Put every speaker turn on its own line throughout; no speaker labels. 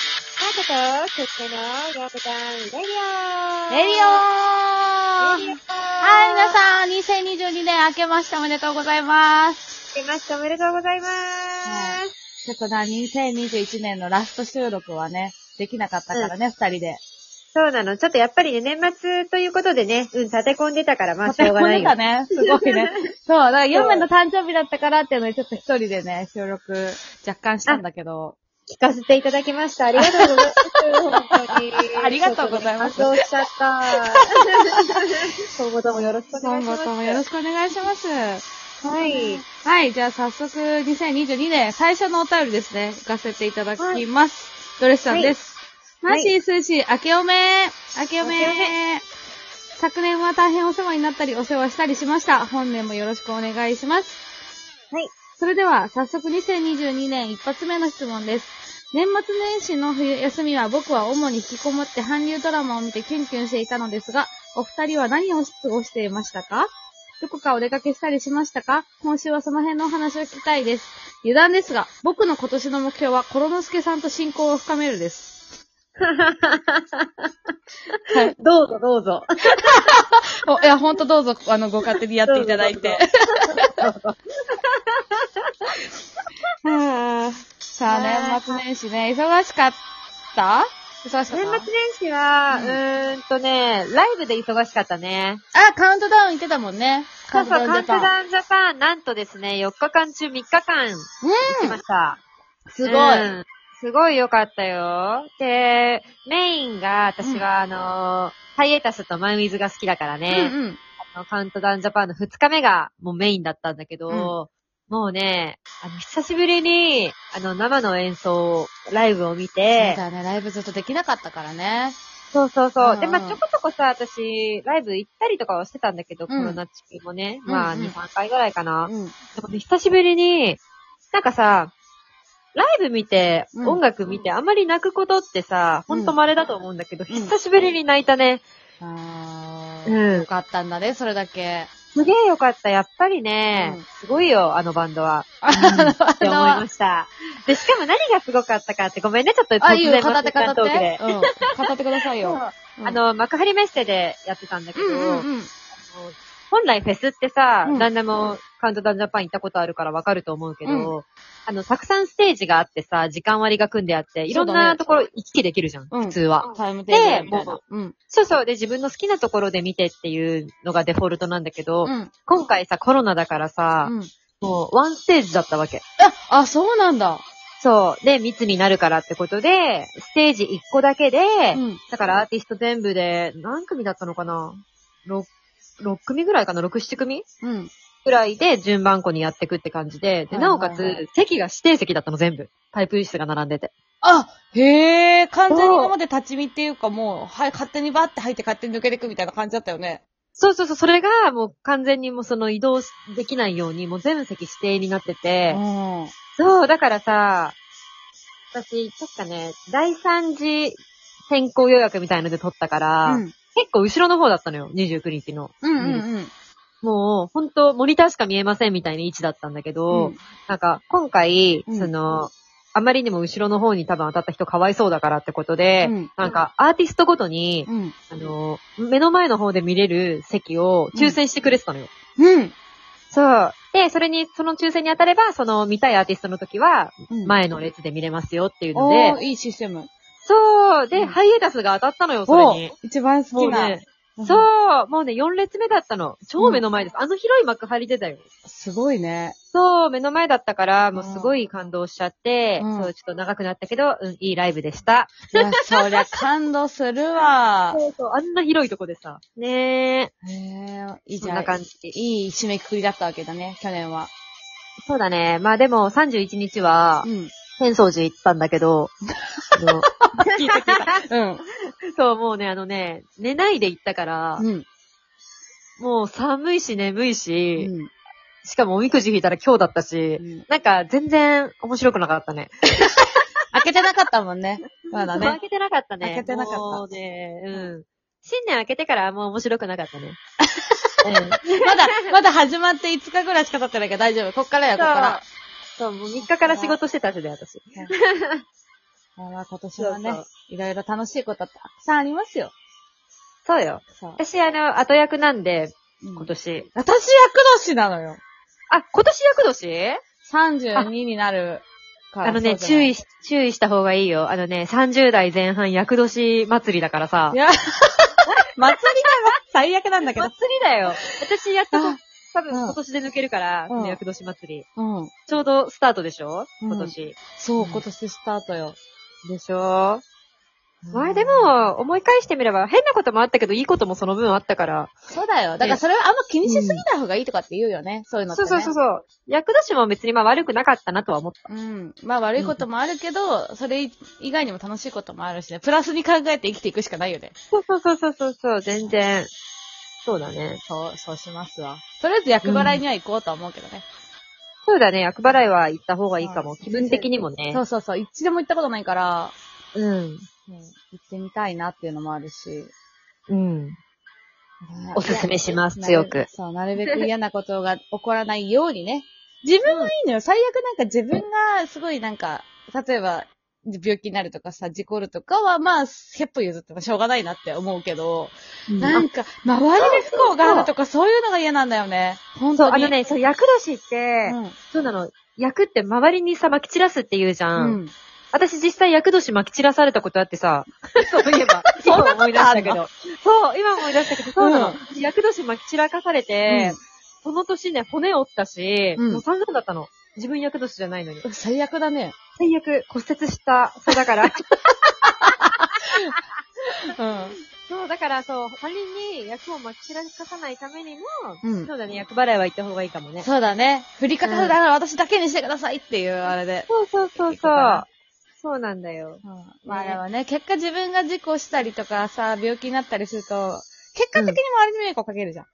と、すすのガブタンレディオ
レディオーはい、
レディオ
皆さん、2022年明けましておめでとうございます。
ん。出ました、おめでとうございます。
ちょっとな、2021年のラスト収録はね、できなかったからね、二、人で。
そうなの。ちょっとやっぱりね、年末ということでね、うん、立て込んでたから、まあ、しょうがない
立て
よ
込ん。でたね。すごい ね。そう、だから、ヨメの誕生日だったからっていうので、ちょっと一人でね、収録若干したんだけど、
聞かせていただきました。ありがとうございます。本当に。
ありがとうございます
ちょっとね感動しちゃ った。今後ともよろしくお願
今
いしま
後
す。
ともよろしくお願いします。
はい。
はい、じゃあ早速、2022年最初のお便りですね、行かせていただきます。ドレスさんで
は
す。
い
マーシー、スーシー、明けおめ明けお
明けお
め昨年は大変お世話になったり、お世話したりしました。本年もよろしくお願いします。
はい。
それでは、早速2022年一発目の質問です。年末年始の冬休みは僕は主に引きこもって韓流ドラマを見てキュンキュンしていたのですが、お二人は何を過ごしていましたかどこかお出かけしたりしましたか今週はその辺のお話を聞きたいです。油断ですが、僕の今年の目標は、コロノスケさんと親交を深めるです。はい。
どうぞどうぞ。
お、いや、ほんとどうぞ、あの、ご勝手にやっていただいて。 うんさあ、年末年始ね、忙しかった忙しかっ
年末
た
年始は、う
うん
ーんとね、ライブで忙しかったね。
あ、カウントダウン行ってたもんね。
そうそう、カウント
ジャパン
ダウンジャパン、なんとですね、4日間中3日間行きました。
すごい。
うんすごい良かったよ。で、メインが、私は、あのーハイエタスとマンウィズが好きだからね、
うんうん。
あのカウントダウンジャパンの2日目が、もうメインだったんだけど、
うん
もうね、あの、久しぶりに、あの、生の演奏、ライブを見
そう
て、
だね、ライブずっとできなかったからね。
そうそうそう。
うんうん
で、まあ、ちょこちょこさ、私、ライブ行ったりとかはしてたんだけど、コ
うん
ロナ中もね、まあ、
うんうん
2、3回ぐらいかな。
うん。
でもね久しぶりに、なんかさ、ライブ見て、
うん
音楽見て、あんまり泣くことってさ、
うん
ほんと稀だと思うんだけど、
うん
久しぶりに泣いたね。
あー、
うん
よかったんだね、それだけ。
すげえよかった。やっぱりね、
うん
すごいよ、あのバンドは。
あ
って思いました。で、しかも何がすごかったかって、ごめんね、ちょっと突
あ、いいよ、
然
語
マ
っ
ス
て
タート
語っ
ーク
て
で。。
うん。語ってください
そ
よ。
う
うん
あ、の、幕張メッセでやってたんだけ
う
ど、
んうんうん。
本来フェスってさ、
うん
何でもカウントダウンジャパン行ったことあるからわかると思うけど、
う
あの、たくさんステージがあってさ、時間割が組んであって、いろんなところ行き来できるじゃん、
うん
普通は。
タイムテーブルみたいな
で。
うん。
そうそう。で、自分の好きなところで見てっていうのがデフォルトなんだけど、
うん。
今回さ、コロナだからさ、
うん。
もうワンステージだったわけ。
あ、そうなんだ。
そう。で、密になるからってことで、ステージ1個だけで、
うん。
だからアーティスト全部で何組だったのかな 6, 6組ぐらいかな ?6、7組
うん。
ぐらいで順番こにやってくって感じで、で、
はい
なお
はいは
か
い
つ、席が指定席だったの全部。パイプ椅子が並んでて。
あ、へえ、完全に今まで立ち見っていうかもう、はい、勝手にバーって入って勝手に抜けていくみたいな感じだったよね。
そうそうそう、それがもう完全にもうその移動しできないように、もう全部席指定になって
う
て、
ん。
そう、だからさ、私、確かね、第3次先行予約みたいので取ったから、
うん。
結構後ろの方だったのよ、29日の。
うんうんうん。
もう、ほんと、モニターしか見えませんみたいな位置だったんだけど、
うん
なんか、今回、
うん
その、あまりにも後ろの方に多分当たった人かわいそうだからってことで、
うん
なんか、アーティストごとに、
うん。
あの、目の前の方で見れる席を抽選してくれてたのよ。
うん。
そう。で、それに、その抽選に当たれば、その見たいアーティストの時は、
うん。
前の列で見れますよっていうの
お
で、
ー、いいシステム。
そう。で、
うん
ハイエタスが当たったのよ、それ
お
に。
一番好
も
き
う
な
ね。、そう、もうね、4列目だったの。超目の前です。あの広い幕張でだよ。
すごいね。
そう、目の前だったから、もうすごい感動しちゃって、
うん
そう、ちょっと長くなったけど、うん、いいライブでした。
いや、そりゃ感動するわ。
そうそう、あんな広いとこでさ。ねえ。
へえ、いい
そん
じゃ。
なん感じ。
いい締めくくりだったわけだね、去年は。
そうだね。まあでも、31日は
う、ん。
天草寺行ったんだけど、あの
聞いた聞いた。うん。
そう、もうね、あのね、寝ないで行ったから、
うん。
もう寒いし眠いうし、
ん。
しかもおみくじ引いたら今日だったし、なんか全然面白くなかったね。
開けてなかったもんね。まだ
開
ね。
けてなかったね。
開けてなかった
もうね、うん。新年開けてからあんま面白くなかった ね。
まだ、まだ始まって5日ぐらいしか経ってないけど大丈夫。こっからや、こっから。
そう、もう3日から仕事してたしね、私。
あまあまあ今年はね
そうそ、
いろいろ楽しいことたくさんありますよ。
そうよ。
さあ。
私、あの、後役なんで、
うん
今年。
私役年なのよ。
あ、今年役年
32になるから。
あのね、
そうじゃ
注
ない
意し、注意した方がいいよ。あのね、30代前半、役年祭りだからさ
い。や、祭 りが最悪なんだけど
祭。りだよ。私、やっと
あ、
多
う
分
ん
今年で抜けるから、
うん
その役年祭り。
うん。
ち ょうどスタートでしょ
うん
今年。
そう
う、ん
今年スタートよ。
でしょまあで、も、思い返してみれば、変なこともあったけど、いいこともその分あったから。
そうだよ。だからそれはあんま気にしすぎない方がいいとかって言うよね。そういうのって、
そう
ね。
そうそうそう。役年も別にまあ悪くなかったなとは思った。
うん。まあ悪いこともあるけど、それ以外にも楽しいこともあるしね。プラスに考えて生きていくしかないよね。
そうそうそうそうそうそう、全然。そうだね。
そう、そうしますわ。とりあえず役払いには行こうとは思うけどね。
そうだね、役払いは行った方がいいか
は
も。
い
気分的にもね
そ。うそうそう。一度も行ったことないから、
うん。
うん行ってみたいなっていうのもあるし。
うん。おすすめします
な
強く
そう、なるべく嫌なことが起こらないようにね。 自分はいいのよ。最悪なんか自分がすごいなんか、例えば、病気になるとかさ、事故るとかは、まあ、百歩譲ってもしょうがないなって思うけど、なんか、周りで不幸があるとか、そういうのが嫌なんだよね。本
そう、
当に。
あのね、そう、役年って、そうなの、役って周りにさ、撒き散らすって言うじゃ。
うんん。うん。
私実際役年撒き散らされたことあってさ、そういえ ば、今思い出したけ
そんな
ど。そう、今思い出したけど、そうなの
うん。
私役年撒き散らかされて、その年ね、骨折ったし、
うん
もう散々だったの。自分役年じゃないのに。
うん最悪だね。
最悪、骨折した。そうだ から。
う
そう、だからそう、他人に役をまき散らかさないためにも、
ん。
そうだね、役払いは行った方がいいかもね。
そうだね。振り方だから私だけにしてくださいっていう、あれで。
そうそうそう
そう。
そうなんだよ。
まあでもね、結果自分が事故したりとかさ、病気になったりすると、結果的に周りに迷惑をかけるじゃん。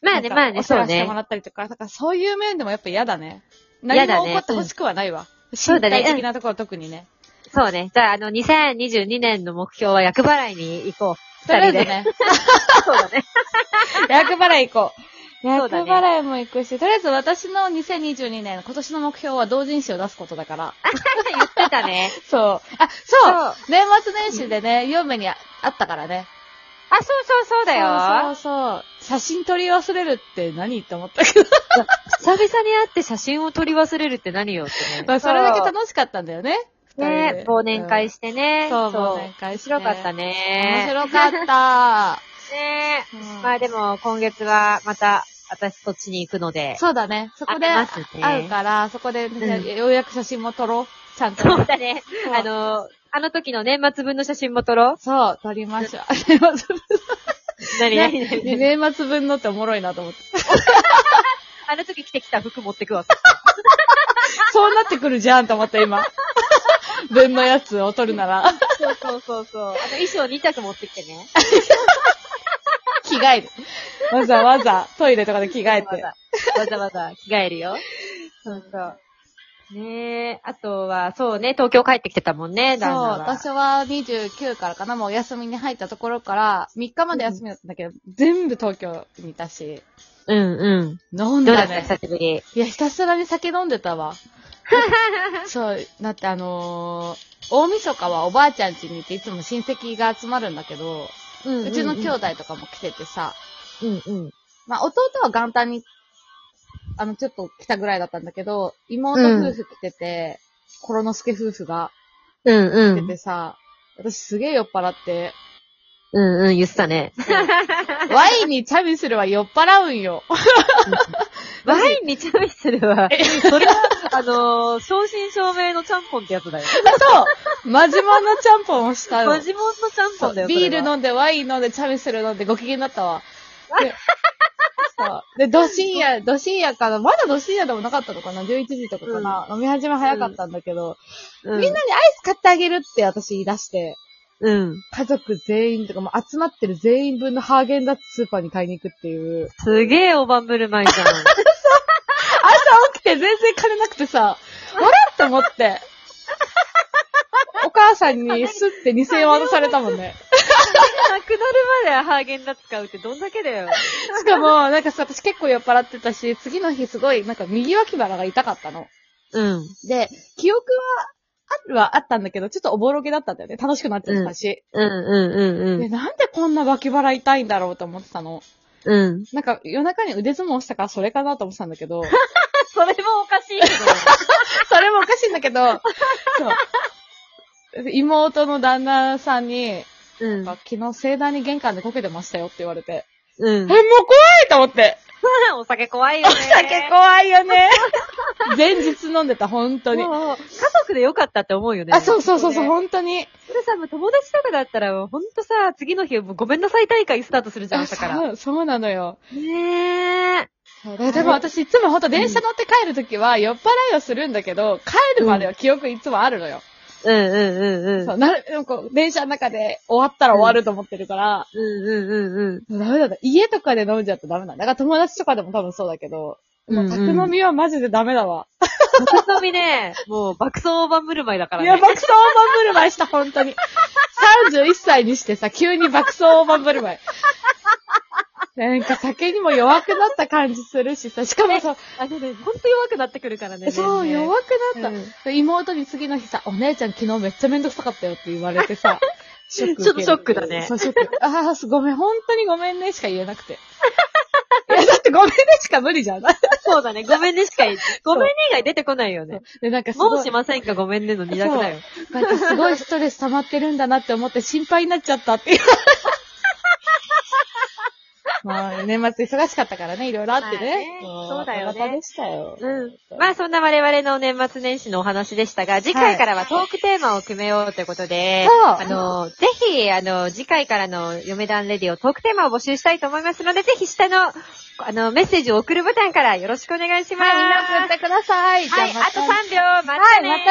まあね、
なんか
まあね、
お世
そう
話して
ね
も。らったりとか、だからそういう面でもやっぱ嫌だね。
嫌
何
だね
も起こってほしくはないわ。
そう
身
だね
体的なところ特にね。
そうね。じゃあ、あの、2022年の目標は役払いに行こう。
とりあ
二人で。
えずね、
そうだね。
役払い行こう。
そ
役
うだね
払いも行くし、とりあえず私の2022年、今年の目標は同人誌を出すことだから。
言ってたね。
そう。あ、
そう。
そう
あ、
年末年始でね、嫁にああったからね。
そうそうそうだ
そ
よ
う。そうそう。写真撮り忘れるって何って思ったけど。
久々に会って写真を撮り忘れるって何よってね。
まあ、それだけ楽しかったんだよね。
そうね、忘年会
し
してね。
そう、忘年会
面
して。
白かったね。
面白かった。
ね
う
え。
ん
まあでも、今月はまた、私そっちに行くので。
そうだね。そこで
会えますね
会うから、そこで、
ん
ようやく写真も撮ろう。ちゃんと。
そうだね。あの、あの時の年末分の写真も撮ろう。
そう、撮りましょう。 年末
何何
分
何
年末分のっておもろいなと思って。
あの時着てきた服持ってくわ。
そうなってくるじゃんと思った、 今。分のやつを撮るなら、
そうそうそうそう。あの衣装2着持ってきてね。
着替える。わざわざ、トイレとかで着替えて。
わざわざ着替えるよ。そうそう。ねえ、あとは、そうね、東京帰ってきてたもんね、
そう、
旦那は。
私は29からかな、もうお休みに入ったところから、3日まで休みだったんだけど、全部東京にいたし、
うんうん。
飲ん
どうだっ
だ
た
ね。
久しぶり。
いや、ひたすらに酒飲んでた わ。そう、だってあのー大晦日はおばあちゃん家に行っていつも親戚が集まるんだけど、
うん
うちの兄弟とかも来ててさ、
うんうん。
まあ弟は元旦に、あの、ちょっと来たぐらいだったんだけど、妹夫婦来てて、コロノスケ夫婦が
うんう
来て
ん。
てさ、私すげえ酔っ払 って、
うんうん、言ってたね。
ワインにチャビするは酔っ払うんよ。
ワインにチャミするわ。それは、あのー、正真正銘のちゃんぽんってやつだよ。
そうマジモンのちゃんぽんをしたよ。
マジモンのちゃんぽんだよ。
ビール
それは。
飲んで、ワイン飲んで、チャミする飲んで、ご機嫌だっ たわ。で、そうで、ど深夜、ど深夜かな、まだど深夜でもなかったのかな ?11 時とかかな、飲み始め早かったんだけど、
うん
みんなにアイス買ってあげるって私言い出して、
うん。
家族全員とかもう集まってる全員分のハーゲンダッツスーパーに買いに行くっていう。
すげえおばんぶるまい じゃん。
朝起きて全然金なくてさ、あれと思って。お母さんにすって2000円渡されたもんね。
なくなるまでハーゲンダッツ買うってどんだけだよ。
しかも、なんかさ、私結構酔っ払ってたし、次の日すごい、なんか右脇腹が痛かったの。
うん。
で、記憶ははあったんだけど、ちょっとおぼろげだったんだよね。楽しくなっちゃったし。
うんうんうんう
で、
ん。
なんでこんな脇腹痛いんだろうと思ってたの。
うん。
なんか夜中に腕相撲したからそれかなと思ってたんだけど、
それもおかしいけど。
それもおかしいんだけど、そう。妹の旦那さんに、
うん。
昨日盛大に玄関でこけてましたよって言われて、
うん
え、も。う怖いと思って。
お酒怖いよね。お
酒怖いよね。 前日飲んでた、本当に。
もう、家族でよかったって思うよね。
あ、そうそうそうそう、
ね
本当に。
それさ、もう友達とかだったら、もうほんとさ、次の日、もうごめんなさい大会スタートするじゃん、朝から。
そうそうなのよ。
ねえ。
そうでも私いつも本当電車乗って帰るときは酔っ払いをするんだけど、帰るまでは記憶いつもあるのよ。
うんうんうんうん。
そう、なる、なんか電車の中で終わったら終わると思ってるから、
うんうんうんうん。
ダメだった。家とかで飲んじゃったらダメなんだ。だから友達とかでも多分そうだけど、もう宅飲みはマジでダメだわ。
爆飲みね、もう爆走オーバームルマイだから
いや、
ね。
爆走大盤振る舞いした、本当に。31歳にしてさ、急に爆走大盤振る舞い。なんか酒にも弱くなった感じするしさ、しかもさ、
あ、でもね、ほんと弱くなってくるからね。
そう、
年々
弱くなった、妹に次の日さ、お姉ちゃん昨日めっちゃめんどくさかったよって言われてさ、シ
ちょっとショックだね
そう、ショック。ああ、すごめん、本当にごめんねしか言えなくて。いや、だってごめんねしか無理じゃん。
そうだね。ごめんねしか言って。ごめんね以外出てこないよね。
で、なん かす
も
ご
う
い
し、ませんかごめんねの二択だよ。
なんかすごいストレス溜まってるんだなって思って心配になっちゃったっ ていう。まあ、年末忙しかったからね、いろいろあってね。
まあねそうだよね
バタバタでしたよ。
うん。まあそんな我々の年末年始のお話でしたが、次回からはトークテーマを決めようということで、
そう
あの、ぜひ、あの、次回からの嫁団レディオトークテーマを募集したいと思いますので、ぜひ下の、あの、メッセージを送るボタンからよろしくお願いします。
はい、みんな送ってください。
はい、あと3秒、またね
はいまたね